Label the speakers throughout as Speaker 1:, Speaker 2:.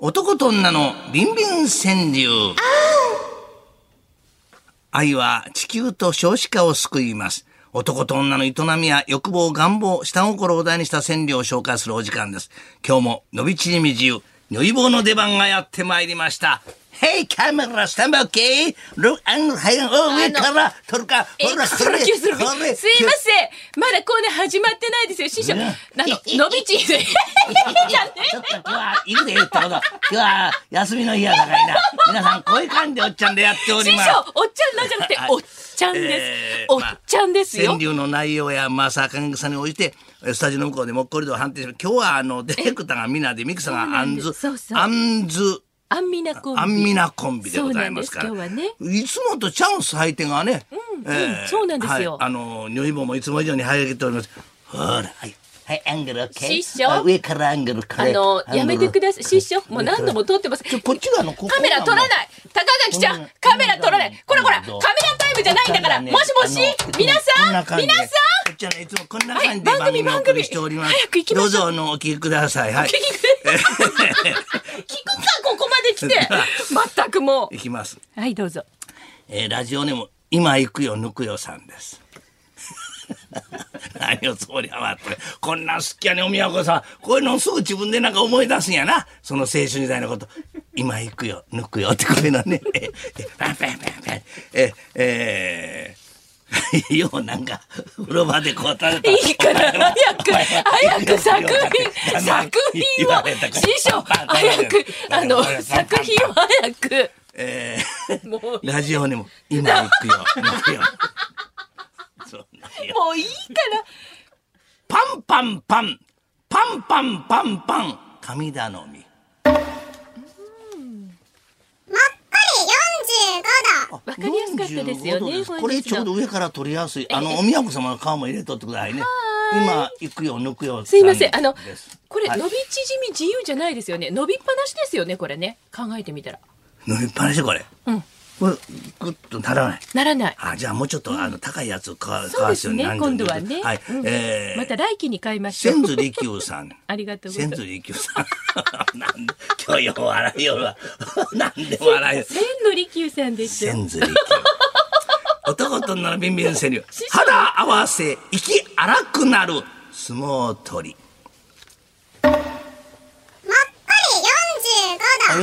Speaker 1: 男と女のビンビン川柳。愛は地球と少子化を救います。男と女の営みや欲望、願望、下心を題にした川柳を紹介するお時間です。今日も、のびちりみ自由、如意棒の出番がやってまいりました。ヘイカメラスタンバイオッケールアンハイオ上から撮るか、
Speaker 2: えー、
Speaker 1: ほら、
Speaker 2: す
Speaker 1: それ、
Speaker 2: すいま
Speaker 1: これ
Speaker 2: せん。まだコーナー始まってないですよ、師匠。あ
Speaker 1: ね
Speaker 2: の、のびち んで。いやいや
Speaker 1: ちょっと今日は行くでってこと今日は休みの日やからいな皆さんこういう感じでおっちゃんでやっており
Speaker 2: 師
Speaker 1: ます
Speaker 2: 匠、おっちゃんなんじゃなくて、おっちゃんです
Speaker 1: え。ー
Speaker 2: おっちゃんです
Speaker 1: 川
Speaker 2: よ。
Speaker 1: 柳の内容やまあさ感覚さに応じてえスタジオの向こうでもっこりと判定します今日はあのディレクターがみな でミクさんがアンズ
Speaker 2: そうなんですそうそう
Speaker 1: アンズ
Speaker 2: アンミナコンビ。
Speaker 1: アンミナコンビでございますから
Speaker 2: そうなんです今
Speaker 1: いつもとチャンス相手がね、
Speaker 2: うんそうなんですよ
Speaker 1: はい、あの如意棒もいつも以上に早げておりますほらはいはい、アングル OK
Speaker 2: 師匠
Speaker 1: あ上からアングルこ
Speaker 2: あ
Speaker 1: れ
Speaker 2: の、
Speaker 1: アングル
Speaker 2: やめてください。師匠、もう何度も撮ってます。
Speaker 1: ちょこっちがあのここ
Speaker 2: カメラ撮らない高垣ちゃ
Speaker 1: こん
Speaker 2: ん
Speaker 1: な
Speaker 2: カメラ撮らないこれこれカメラタイムじゃないんだから
Speaker 1: ね
Speaker 2: もしもし
Speaker 1: あの
Speaker 2: 皆
Speaker 1: こな
Speaker 2: さん
Speaker 1: 感じで
Speaker 2: 皆さん
Speaker 1: こっちはねいつもこんな感じで
Speaker 2: はい
Speaker 1: 番
Speaker 2: 番組
Speaker 1: 組をお送りしております
Speaker 2: 早く行きましょう
Speaker 1: どうぞあのお聞きくださいはい
Speaker 2: 聞くか聞くかここまで来て全くも
Speaker 1: 行きます、
Speaker 2: うはいどうぞ
Speaker 1: えー、ラジオネーム今行くよ抜くよさんです 何をそりゃまってこんなん好きやねお宮子さんこういうのすぐ自分でなんか思い出すんやなその青春時代のこと今行くよ抜くよってこういうのねえーえーパンパンパンパンえーえー ようなんか風呂場でこうたれた
Speaker 2: いいから早く早く作品作品を師匠早くあの作品を早く
Speaker 1: えー
Speaker 2: もう
Speaker 1: ラジオにも今行くよ行くよそんなよ
Speaker 2: もういいから
Speaker 1: パンパンパンパンパンパンパン神頼み
Speaker 3: もっこ
Speaker 1: わ
Speaker 2: かりやすかったですよね
Speaker 1: これ
Speaker 2: 本日
Speaker 1: ち
Speaker 2: の
Speaker 1: ょうど上から取りやすいあのお宮子様の顔も入れとってくださいね今行くよ抜くよ
Speaker 2: すいませんあの
Speaker 1: です
Speaker 2: これ
Speaker 1: はい
Speaker 2: 伸び縮み自由じゃないですよね伸びっぱなしですよねこれね考えてみたら
Speaker 1: 飲みっぱなしこれ
Speaker 2: うん
Speaker 1: これグッとならない
Speaker 2: ならない
Speaker 1: あじゃあもうちょっと、あの高いやつを買わ買
Speaker 2: そう
Speaker 1: わ
Speaker 2: ですす
Speaker 1: ように
Speaker 2: ね
Speaker 1: 何
Speaker 2: 今
Speaker 1: 十
Speaker 2: 度はね
Speaker 1: はい、
Speaker 2: うん
Speaker 1: えー
Speaker 2: また来期に買いましょう
Speaker 1: 千鶴利休さん
Speaker 2: ありがとうござい
Speaker 1: 千
Speaker 2: ます
Speaker 1: 鶴利休さん なんで今日よう笑いよるわ なんで笑いよる
Speaker 2: 千利休さんですよ。
Speaker 1: 千鶴利休男と女のビンビンセリュ
Speaker 2: 匠
Speaker 1: 肌合わせ息荒くなる相撲取り
Speaker 3: り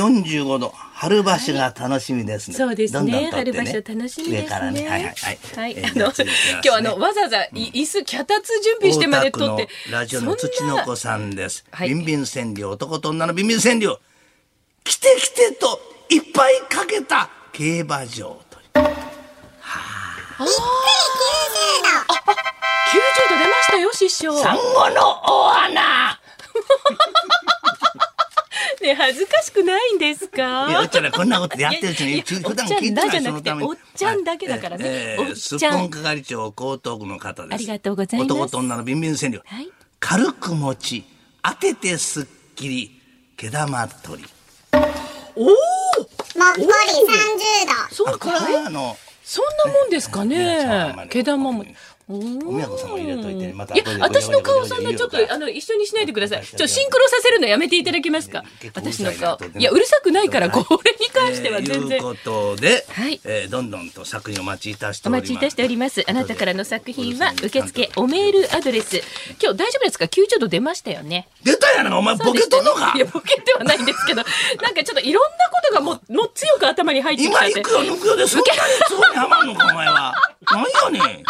Speaker 3: 45度もっこり45
Speaker 1: 45
Speaker 3: 度
Speaker 1: 度春場所が楽しみですね、
Speaker 2: そうです
Speaker 1: どんど
Speaker 2: ね
Speaker 1: ん撮っ
Speaker 2: 春
Speaker 1: て
Speaker 2: 場所楽しみですね。
Speaker 1: 上からねはいはいはい、
Speaker 2: はい
Speaker 1: え
Speaker 2: あ
Speaker 1: ー
Speaker 2: の、
Speaker 1: じゃ続いては
Speaker 2: 今日あの、わざわざい椅子脚立準備してまで撮って
Speaker 1: 大田区のラジオの土の子さんです。
Speaker 2: はい
Speaker 1: ビンビン川柳、男と女のビンビン川柳。来て来てといっぱいかけた競馬場という。
Speaker 2: 九十度出ましたよ師匠。
Speaker 1: 産後の大穴。
Speaker 2: ね恥ずかしくないんです
Speaker 1: いやお
Speaker 2: か
Speaker 1: っ。ちゃんらこんなことやってるうち
Speaker 2: い
Speaker 1: に
Speaker 2: やいや
Speaker 1: 普段聞いて
Speaker 2: おっちゃんだじ
Speaker 1: な
Speaker 2: ゃ
Speaker 1: い
Speaker 2: な
Speaker 1: その
Speaker 2: くて
Speaker 1: ために
Speaker 2: おっちゃんだけだからねおっちゃん
Speaker 1: すっぽん係長江東区の方です
Speaker 2: ありがとうございます
Speaker 1: 男と女のビンビン川柳、
Speaker 2: はい
Speaker 1: 軽く持ち当ててすっきり毛玉取り
Speaker 2: おお
Speaker 3: もっこり30度
Speaker 2: そう
Speaker 1: あこれ
Speaker 2: かい。
Speaker 1: はあの
Speaker 2: そんなもんですか
Speaker 1: ね
Speaker 2: ね
Speaker 1: ね。
Speaker 2: 毛玉も。お
Speaker 1: お宮子さんも入れといてまた
Speaker 2: いや
Speaker 1: 後で、
Speaker 2: 私の顔そんなちょっと
Speaker 1: ご用意できるように
Speaker 2: あの一緒にしないでください。ちょっとシンクロさせるのやめていただけますか
Speaker 1: 結。構うる
Speaker 2: 私の
Speaker 1: さいな
Speaker 2: 顔
Speaker 1: と。
Speaker 2: いやうるさくないからこれに関しては全
Speaker 1: えー
Speaker 2: 然
Speaker 1: いう。ことで、
Speaker 2: はい
Speaker 1: えーどんどんと作品お待ちいたして
Speaker 2: お
Speaker 1: おります。
Speaker 2: 待ちいたしております。あなたからの作品は受付おメールアドレス。今日大丈夫ですか ?90 度出ましたよね。
Speaker 1: 出たやなお前ボケとんのか
Speaker 2: い。や、ボケてはないんですけど、なんかちょっといろんなことがもう、もう強く頭に入ってき
Speaker 1: 今
Speaker 2: たん
Speaker 1: 行
Speaker 2: で
Speaker 1: く。よ抜くよでそんなにすごいハマんのかお前は。何やねん。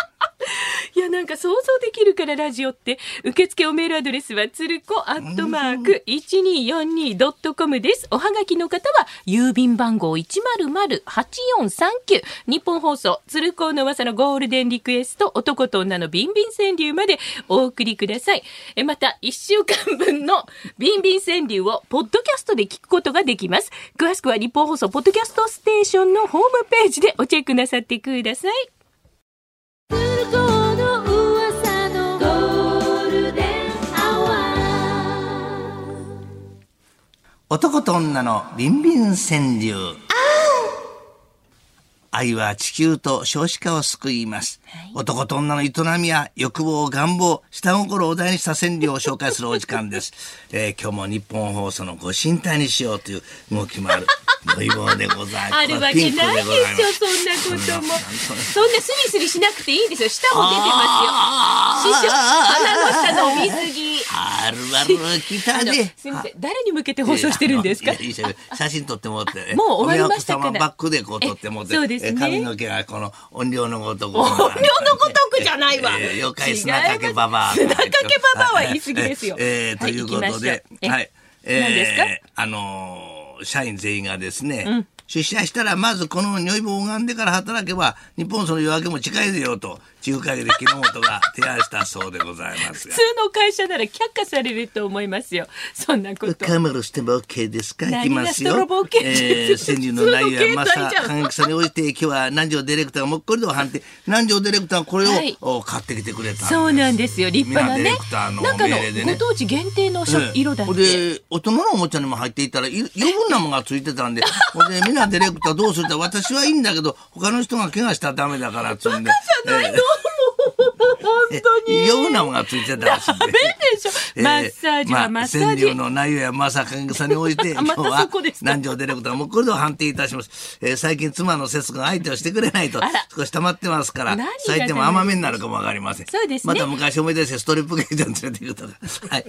Speaker 2: いや、なんか想像できるからラジオって、受付おメールアドレスは、つるこアットマーク 1242.com です。おはがきの方は、郵便番号100-8439、日本放送、つるこの噂のゴールデンリクエスト、男と女のビンビン川柳までお送りください。え、また、1週間分のビンビン川柳を、ポッドキャストで聞くことができます。詳しくは、日本放送、ポッドキャストステーションのホームページでおチェックなさってください。
Speaker 1: 男と女のビンビン川柳。愛は地球と少子化を救います。男と女の営みや欲望、願望、下心をお題にした川柳を紹介するお時間です。えー今日も日本放送のご神体にしようという動きもある。ご希望でございます。
Speaker 2: あるわけないでし
Speaker 1: ピンクございま
Speaker 2: ょ、
Speaker 1: す
Speaker 2: そんなことも。そんなスリスリしなくていいんですよ。舌も出てますよ。師匠、鼻の下伸びすぎ。
Speaker 1: あるある来た
Speaker 2: あの
Speaker 1: ね。
Speaker 2: すみません、誰に向けて放送してるんですか
Speaker 1: いやいやいやいや写真撮ってもらって。
Speaker 2: もう終わりましたから
Speaker 1: お宮様バックでこう撮ってもらって。
Speaker 2: えそうですね
Speaker 1: え髪の毛がこの音量のごとく。
Speaker 2: 音量のごとくじゃないわ。
Speaker 1: えー妖
Speaker 2: 違います
Speaker 1: 怪砂かけババア。
Speaker 2: 砂かけババアは言い過ぎですよ。
Speaker 1: えーえーと
Speaker 2: は
Speaker 1: いうことで、
Speaker 2: 行きましょう
Speaker 1: はい。
Speaker 2: え何ですか
Speaker 1: あのー社員全員がですね、出社したらまずこの如意棒を拝んでから働けば日本その夜明けも近いぜよと中華で木之本が提案したそうでございます
Speaker 2: 普
Speaker 1: が
Speaker 2: 通の会社なら却下されると思いますよ。そんなこと。
Speaker 1: カメラしても OK ですかいき
Speaker 2: 何が
Speaker 1: ますよ。
Speaker 2: ストロボケ
Speaker 1: えー、先日の内容はま
Speaker 2: 普通の携帯
Speaker 1: さ、
Speaker 2: じゃん
Speaker 1: 感激さに応じて、今日は南條ディレクターがもっこりと判定。南條ディレクターがこれを、
Speaker 2: はい
Speaker 1: お買ってきてくれたんです。
Speaker 2: そうなんですよ。立派なね
Speaker 1: 皆ディレクター。の
Speaker 2: 中の
Speaker 1: 命令でね
Speaker 2: ご当地限定の色色だっ
Speaker 1: ほん
Speaker 2: て。
Speaker 1: で大人のおもちゃにも入っていたらい余分なもんがついてたんでほんでみんなディレクターどうするって私はいいんだけど他の人が怪我したらダメだからっつうんで
Speaker 2: じゃないの。もう本当に。
Speaker 1: 余分なもんがついてたらしいん
Speaker 2: ダメ
Speaker 1: で。
Speaker 2: でしょ。マッサージはマッサージ。
Speaker 1: まあ、川柳の内容やまさかんさに応 じて今
Speaker 2: あ
Speaker 1: 日
Speaker 2: また
Speaker 1: は
Speaker 2: そこですか
Speaker 1: 南條ディレクターもこれで判定いたします、えー最近妻の節子が相手をしてくれないと
Speaker 2: あら
Speaker 1: 少し溜まってますから
Speaker 2: 何が
Speaker 1: 採点も甘めになるかもわかりません
Speaker 2: そうですね
Speaker 1: また昔思い出してストリップ劇場に連れて行く とかはい、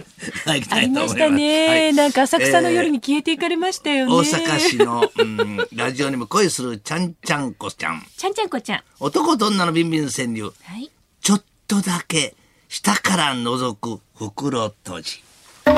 Speaker 1: はい、行き
Speaker 2: あ
Speaker 1: た
Speaker 2: り
Speaker 1: いと思い
Speaker 2: ま
Speaker 1: ます
Speaker 2: した
Speaker 1: は
Speaker 2: ね。
Speaker 1: い
Speaker 2: なんか浅草の夜
Speaker 1: えー
Speaker 2: に消えていかれましたよね。
Speaker 1: 大阪市の、うん、ラジオにも恋するちゃんちゃんこちゃん
Speaker 2: ちゃんちゃんこちゃん。
Speaker 1: 男と女のビンビン川柳
Speaker 2: はい。
Speaker 1: ちょっとだけ下から覗く袋閉じ
Speaker 3: も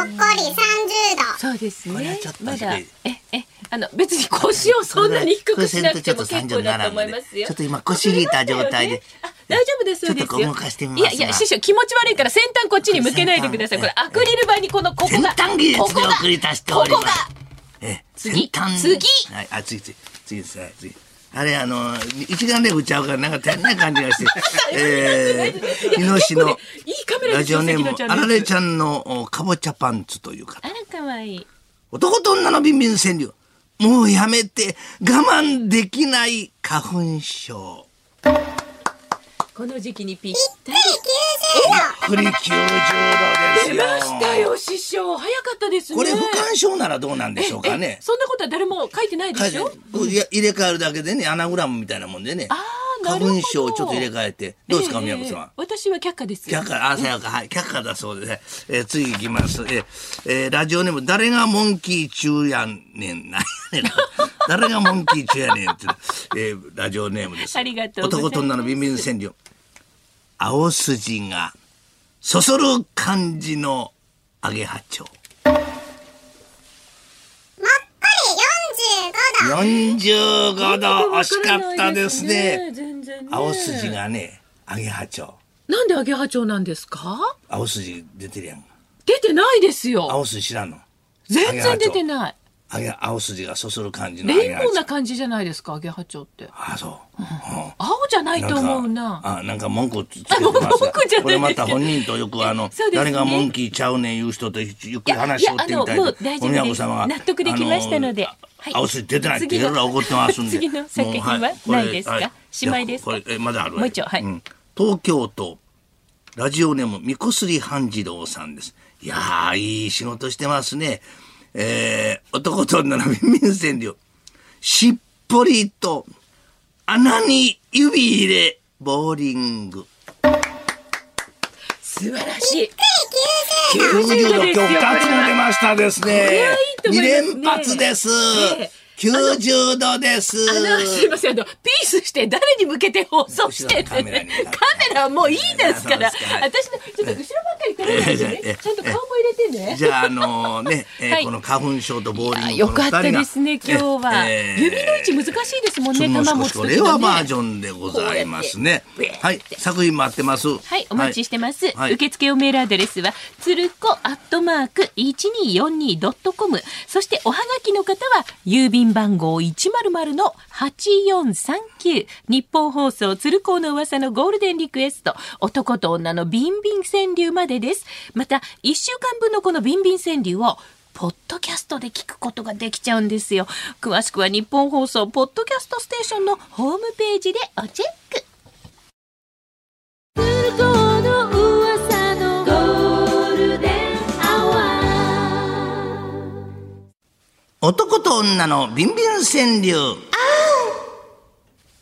Speaker 3: っこり30度。
Speaker 2: そうです
Speaker 1: これは
Speaker 2: ね
Speaker 1: ちょっ。と
Speaker 2: ま
Speaker 1: 低い
Speaker 2: だええあの別に腰をそんなに低くしなくても結構だと思いますよ。
Speaker 1: ちょっと今腰引いた状態で
Speaker 2: あ大丈夫ですそうですよ。
Speaker 1: ちょっとこう動かしてみますが
Speaker 2: いやいや師匠気持ち悪いから先端こっちに向けないでください。こ
Speaker 1: 先
Speaker 2: れ
Speaker 1: 端
Speaker 2: アクリル板にこのここ
Speaker 1: 先
Speaker 2: が
Speaker 1: 端技
Speaker 2: こ
Speaker 1: 術
Speaker 2: こ
Speaker 1: で
Speaker 2: が
Speaker 1: 送り出しております
Speaker 2: ここ
Speaker 1: ええ
Speaker 2: 次
Speaker 1: 先端
Speaker 2: 次
Speaker 1: はいあ次次次ですはい次あれあの一眼レフちゃうからなんか足りない感じが してええ
Speaker 2: が
Speaker 1: 日野市
Speaker 2: 結構
Speaker 1: の
Speaker 2: ねいいカメラ
Speaker 1: ラ
Speaker 2: です
Speaker 1: ジ
Speaker 2: よ
Speaker 1: オネ
Speaker 2: 関
Speaker 1: ー
Speaker 2: 野
Speaker 1: ム
Speaker 2: ちゃん
Speaker 1: あ
Speaker 2: のやつ
Speaker 1: られちゃんのおかぼちゃパンツという方
Speaker 2: あら可愛い。
Speaker 1: 男と女のビンビン川柳もうやめて我慢できない花粉症
Speaker 2: この時期にぴったり。
Speaker 1: 振り90度
Speaker 2: 出
Speaker 1: ですよ
Speaker 2: ましたよ師匠早かったですね。
Speaker 1: これ不干渉ならどうなんでしょうかね
Speaker 2: えそんなことは誰も書いてないで
Speaker 1: か
Speaker 2: しょ。
Speaker 1: いや入れ替えるだけでねアナグラムみたいなもんでね
Speaker 2: あーなるほど
Speaker 1: 花粉症をちょっと入れ替えてどうですか
Speaker 2: ええ
Speaker 1: 宮本さんは
Speaker 2: 私は却下です。
Speaker 1: 却下、あ、さやか、はい、却下だそうです。えー次行きます。えーえーラジオネーム、誰がモンキー中やねん、なんやねん 誰がモンキー中やねんって、えーラジオネームです。
Speaker 2: ありがとうございます
Speaker 1: 男と女のビンビン川柳。青筋が、そそる感じのアゲハチョウ。
Speaker 3: もっこり45度。
Speaker 1: 45度、惜しかったです
Speaker 2: わからない
Speaker 1: ね。
Speaker 2: ですね全然ね
Speaker 1: 青筋がね、アゲハチョウ。
Speaker 2: なんでアゲハチョウなんですか
Speaker 1: 青筋出てるやん。
Speaker 2: 出てないですよ
Speaker 1: 青筋知らんの
Speaker 2: 全然出て
Speaker 1: い。
Speaker 2: ない
Speaker 1: あげ青筋がそそる感じの揚げ
Speaker 2: レイン
Speaker 1: ハ
Speaker 2: ボー
Speaker 1: チョ
Speaker 2: な
Speaker 1: ウ
Speaker 2: 感じじゃないですかアゲハチョウって
Speaker 1: あそう、うん
Speaker 2: 青じゃない
Speaker 1: な
Speaker 2: と思うなん
Speaker 1: かあなんか文句つつけてますが
Speaker 2: 文句じゃないです
Speaker 1: これまた本人とよくあの、
Speaker 2: そうですね
Speaker 1: 誰がモンキーちゃうねん言う人とゆっくり話しようってみた
Speaker 2: いやいやあのもう大
Speaker 1: い
Speaker 2: 丈夫です
Speaker 1: お宮子様が
Speaker 2: 納得できましたので
Speaker 1: あ
Speaker 2: はい
Speaker 1: 青筋出てないって
Speaker 2: 次の
Speaker 1: やら怒ってますんで
Speaker 2: 次の作品は
Speaker 1: もうこれ
Speaker 2: ないですか
Speaker 1: はい
Speaker 2: しまいですか
Speaker 1: やこれえまだあるわ
Speaker 2: もう一丁はい
Speaker 1: ん東京都ラジオネームみこすり半次郎さんですいやーいい仕事してますねえー、男と女のビンビン川柳しっぽりと穴に指入れボーリング
Speaker 2: 素晴らしい
Speaker 1: 九十
Speaker 2: 90
Speaker 1: 度
Speaker 2: 度
Speaker 1: 今
Speaker 2: ですよ
Speaker 1: 日二つも出ましたです
Speaker 2: れ
Speaker 1: ね
Speaker 2: はいい。と思い
Speaker 1: 二
Speaker 2: ますね
Speaker 1: 連発です
Speaker 2: ええ。
Speaker 1: 九十度です。
Speaker 2: あのすいませんあのピースして誰に向けて放送してん
Speaker 1: 後ろのカメラ
Speaker 2: で
Speaker 1: に
Speaker 2: ねカメラはもういいですから
Speaker 1: あそうですかはい
Speaker 2: 私のちょっと後ろばっかり撮らないで
Speaker 1: ええええ
Speaker 2: ねちゃんと顔も入れてね
Speaker 1: じゃああのね、 えー
Speaker 2: はい
Speaker 1: この花粉症とボーリング
Speaker 2: よかったですね
Speaker 1: この二
Speaker 2: 今日
Speaker 1: 人が
Speaker 2: は
Speaker 1: えー
Speaker 2: 指の位置難しいですもんね
Speaker 1: ちょっと
Speaker 2: 玉
Speaker 1: も
Speaker 2: 持
Speaker 1: う
Speaker 2: つ
Speaker 1: 少しこ
Speaker 2: 時
Speaker 1: れ
Speaker 2: の
Speaker 1: はバー
Speaker 2: ね
Speaker 1: ジョンでございますね
Speaker 2: こうやって。
Speaker 1: はい作品待ってます。
Speaker 2: はい、お待ちしてます。
Speaker 1: はい
Speaker 2: 受付用メールアドレスは、つるこアットマーク 1242.com。そして、おはがきの方は、郵便番号100-8439。日本放送、つるこの噂のゴールデンリクエスト。男と女のビンビン川柳までです。また、1週間分のこのビンビン川柳を、ポッドキャストで聞くことができちゃうんですよ。詳しくは日本放送、ポッドキャストステーションのホームページでおチェック。
Speaker 1: 男と女のビンビン川柳。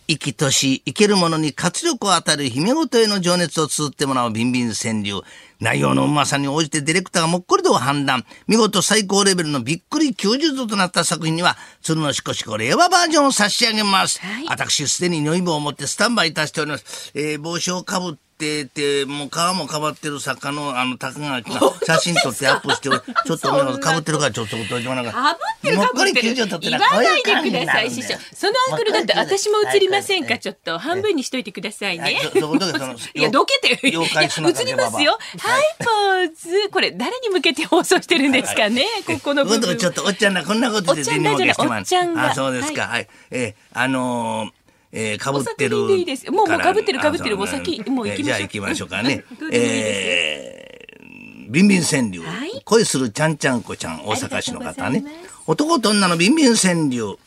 Speaker 1: 生きとし、生けるものに活力を与える姫ごとへの情熱を綴ってもらうビンビン川柳。内容のうまさに応じてディレクターがもっこりと判断。見事最高レベルのびっくり90度となった作品には、鶴のしこしこ令和バージョンを差し上げます。
Speaker 2: はい
Speaker 1: 私、すでに如意棒を持ってスタンバイいたしております。えー帽子をかぶってて、もう皮もかばってる作家の、あの、高垣が写真撮ってアップしておる、 ちょっとお前はかぶってるから、ちょっと、どうしようもなかった
Speaker 2: かぶってるかぶって
Speaker 1: も
Speaker 2: る
Speaker 1: っこり90度って
Speaker 2: 言
Speaker 1: の
Speaker 2: わ
Speaker 1: はこう
Speaker 2: な
Speaker 1: いう
Speaker 2: い
Speaker 1: 感じ
Speaker 2: で
Speaker 1: に
Speaker 2: くださ
Speaker 1: なる
Speaker 2: い
Speaker 1: ん
Speaker 2: 師
Speaker 1: だ
Speaker 2: 匠
Speaker 1: よ
Speaker 2: そのアンクルだって
Speaker 1: もっこり
Speaker 2: 私も映りません
Speaker 1: は
Speaker 2: か
Speaker 1: い
Speaker 2: ちょっと半分にしといてくださいね
Speaker 1: はいどどこどこその
Speaker 2: いやどけてるいや
Speaker 1: 妖怪しなか
Speaker 2: 映
Speaker 1: け
Speaker 2: り
Speaker 1: れば
Speaker 2: ますよはいポーズこれ誰に向けて放送してるんですかねここの
Speaker 1: こうい
Speaker 2: 部
Speaker 1: うとこ
Speaker 2: 分
Speaker 1: ちょっとおっちゃんらこんなことで
Speaker 2: おっちゃんら
Speaker 1: 銭儲けしてま
Speaker 2: おっちゃんが
Speaker 1: あそうですかはい、えーあのーえー、かぶって
Speaker 2: お
Speaker 1: る
Speaker 2: 先にいいですもうもう
Speaker 1: ら
Speaker 2: かぶってる
Speaker 1: あ
Speaker 2: かぶってる
Speaker 1: そ
Speaker 2: もう先
Speaker 1: ん
Speaker 2: もう行きましょう
Speaker 1: えーじゃあ行きましょうかね
Speaker 2: うんどうでもいい
Speaker 1: えービンビン川柳、
Speaker 2: はい
Speaker 1: 恋するちゃんちゃんこちゃん大阪市の
Speaker 2: あ
Speaker 1: 方
Speaker 2: りがとうござい
Speaker 1: ね
Speaker 2: ます
Speaker 1: 男と女のビンビン川柳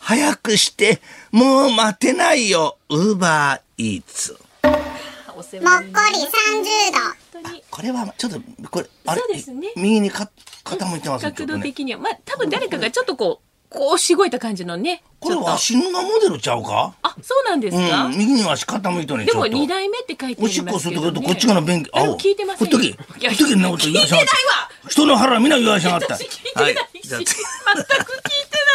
Speaker 1: 早くしてもう待てないよウーバーイーツ
Speaker 2: お世
Speaker 3: もっ
Speaker 2: 話
Speaker 3: こ
Speaker 2: に
Speaker 3: り
Speaker 2: なり
Speaker 3: 30度
Speaker 2: 本当に
Speaker 1: これはちょっとこれあれ
Speaker 2: そうですね
Speaker 1: 右にか傾いてますね
Speaker 2: 角
Speaker 1: ちょっと
Speaker 2: 度
Speaker 1: ね
Speaker 2: 的にはまあ多分誰かがちょっとこうこうしごいた感じのね
Speaker 1: これ
Speaker 2: ちょっと
Speaker 1: わしのがモデルちゃうか
Speaker 2: あそうなんですか
Speaker 1: うん、右にはし傾いとね
Speaker 2: で
Speaker 1: ちょっ
Speaker 2: も
Speaker 1: と
Speaker 2: 二代目って書いてあ
Speaker 1: おし
Speaker 2: り
Speaker 1: っ
Speaker 2: ま
Speaker 1: こす
Speaker 2: す
Speaker 1: る
Speaker 2: け
Speaker 1: と
Speaker 2: ど、
Speaker 1: こ
Speaker 2: ね、
Speaker 1: とこっちから便器
Speaker 2: あ
Speaker 1: 青
Speaker 2: 聞いてません
Speaker 1: ほっとけ
Speaker 2: いや
Speaker 1: ほっとけんなこと言わしゃ
Speaker 2: 聞いてない
Speaker 1: 人の腹皆言わしゃが
Speaker 2: わ
Speaker 1: った
Speaker 2: 私 聞いてないし、
Speaker 1: じゃ
Speaker 2: 全く聞いてな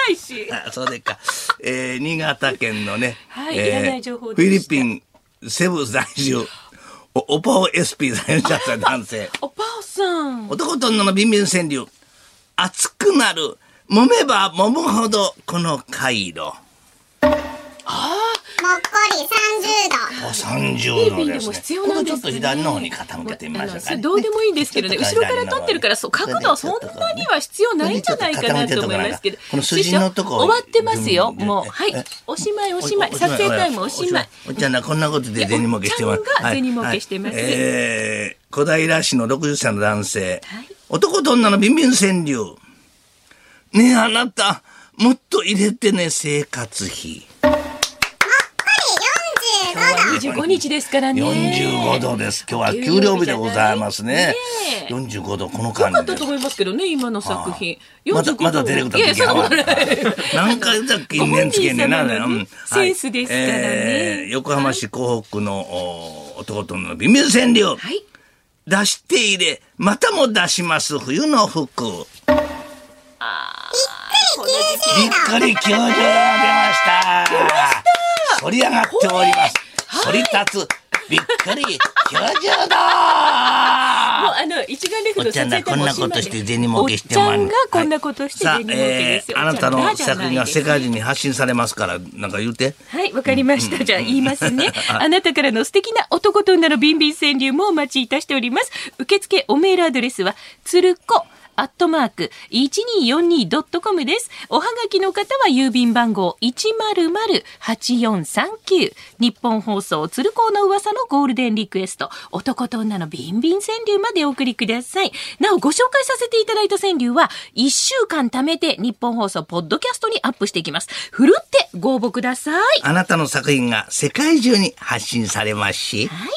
Speaker 2: いし
Speaker 1: ああそうでっか、えー、新潟県のね、
Speaker 2: はい
Speaker 1: えー
Speaker 2: いらない情報
Speaker 1: フ
Speaker 2: で
Speaker 1: ィリ
Speaker 2: した
Speaker 1: ピンセブ在住おオパオ SP 在住者男性
Speaker 2: おばあさん
Speaker 1: 男と女のビンビン川柳熱くなる揉めば揉むほどこの回路
Speaker 3: もっこり30度
Speaker 1: 三十
Speaker 2: フィリ
Speaker 1: 度
Speaker 2: ピン
Speaker 1: で
Speaker 2: ですも
Speaker 1: ね
Speaker 2: 必要なんですね
Speaker 1: ここちょっと左の方に傾けてみましょう
Speaker 2: あ
Speaker 1: か、
Speaker 2: の
Speaker 1: ね、
Speaker 2: どうでもいいんですけどね
Speaker 1: ちょっ
Speaker 2: 後
Speaker 1: と
Speaker 2: ろ
Speaker 1: 左
Speaker 2: から
Speaker 1: の方
Speaker 2: 撮ってるからそう角度はそんなには必要ないんじゃないかなと思いますけど
Speaker 1: この筋のとこ
Speaker 2: 終わってますよ
Speaker 1: うん
Speaker 2: もう
Speaker 1: え
Speaker 2: はい
Speaker 1: え
Speaker 2: おしまいおしまい撮影タイムおしまい
Speaker 1: おっちゃんなこんなことで銭儲けしてます
Speaker 2: いやおっちゃんが銭儲けしてます
Speaker 1: はいはいえー小平市の60歳の男性、
Speaker 2: はい
Speaker 1: 男と女のビンビン川柳ねえあなたもっと入れてね生活費
Speaker 3: 45度
Speaker 2: 25日ですからね
Speaker 1: 45度です今日は給料日でございます
Speaker 2: ね
Speaker 1: ね
Speaker 2: え
Speaker 1: 45度この
Speaker 2: よ
Speaker 1: 感
Speaker 2: かっ
Speaker 1: じ
Speaker 2: た
Speaker 1: です
Speaker 2: と思いますけどね今の作品
Speaker 1: まだ
Speaker 2: 45
Speaker 1: まだディレクタ
Speaker 2: い
Speaker 1: ー
Speaker 2: やいやそんなことない
Speaker 1: 何回だっけ因縁つけんねんな、
Speaker 2: ご本人様のね
Speaker 1: うん
Speaker 2: センスですからね
Speaker 1: 横浜市港北区の、お男との微妙川柳、
Speaker 2: はい
Speaker 1: 出して入れまたも出します冬の服びっくり90度出ました反り上がっております反り立つびっくり90
Speaker 2: も
Speaker 1: 度
Speaker 2: うあの一眼レフ
Speaker 1: おっ
Speaker 2: の
Speaker 1: ちゃんがこんなことして銭儲けして
Speaker 2: おっち
Speaker 1: ま
Speaker 2: ゃんがこんなことして銭
Speaker 1: さあ、
Speaker 2: 儲け
Speaker 1: え
Speaker 2: です
Speaker 1: ー
Speaker 2: よ、
Speaker 1: あなたの作品が世界
Speaker 2: 中
Speaker 1: 中に発信されますから、なんか言うて。
Speaker 2: はい、わかりました。じゃあ言いますね。あなたからの素敵な男と女のビンビン川柳もお待ちいたしております。受付おメールアドレスは、つるこ。アットマーク 1242.com です。おはがきの方は郵便番号100-8439。日本放送鶴光の噂のゴールデンリクエスト。男と女のビンビン川柳までお送りください。なお、ご紹介させていただいた川柳は、1週間貯めて日本放送ポッドキャストにアップしていきます。ふるってご応募ください。
Speaker 1: あなたの作品が世界中に発信されますし、
Speaker 2: はい。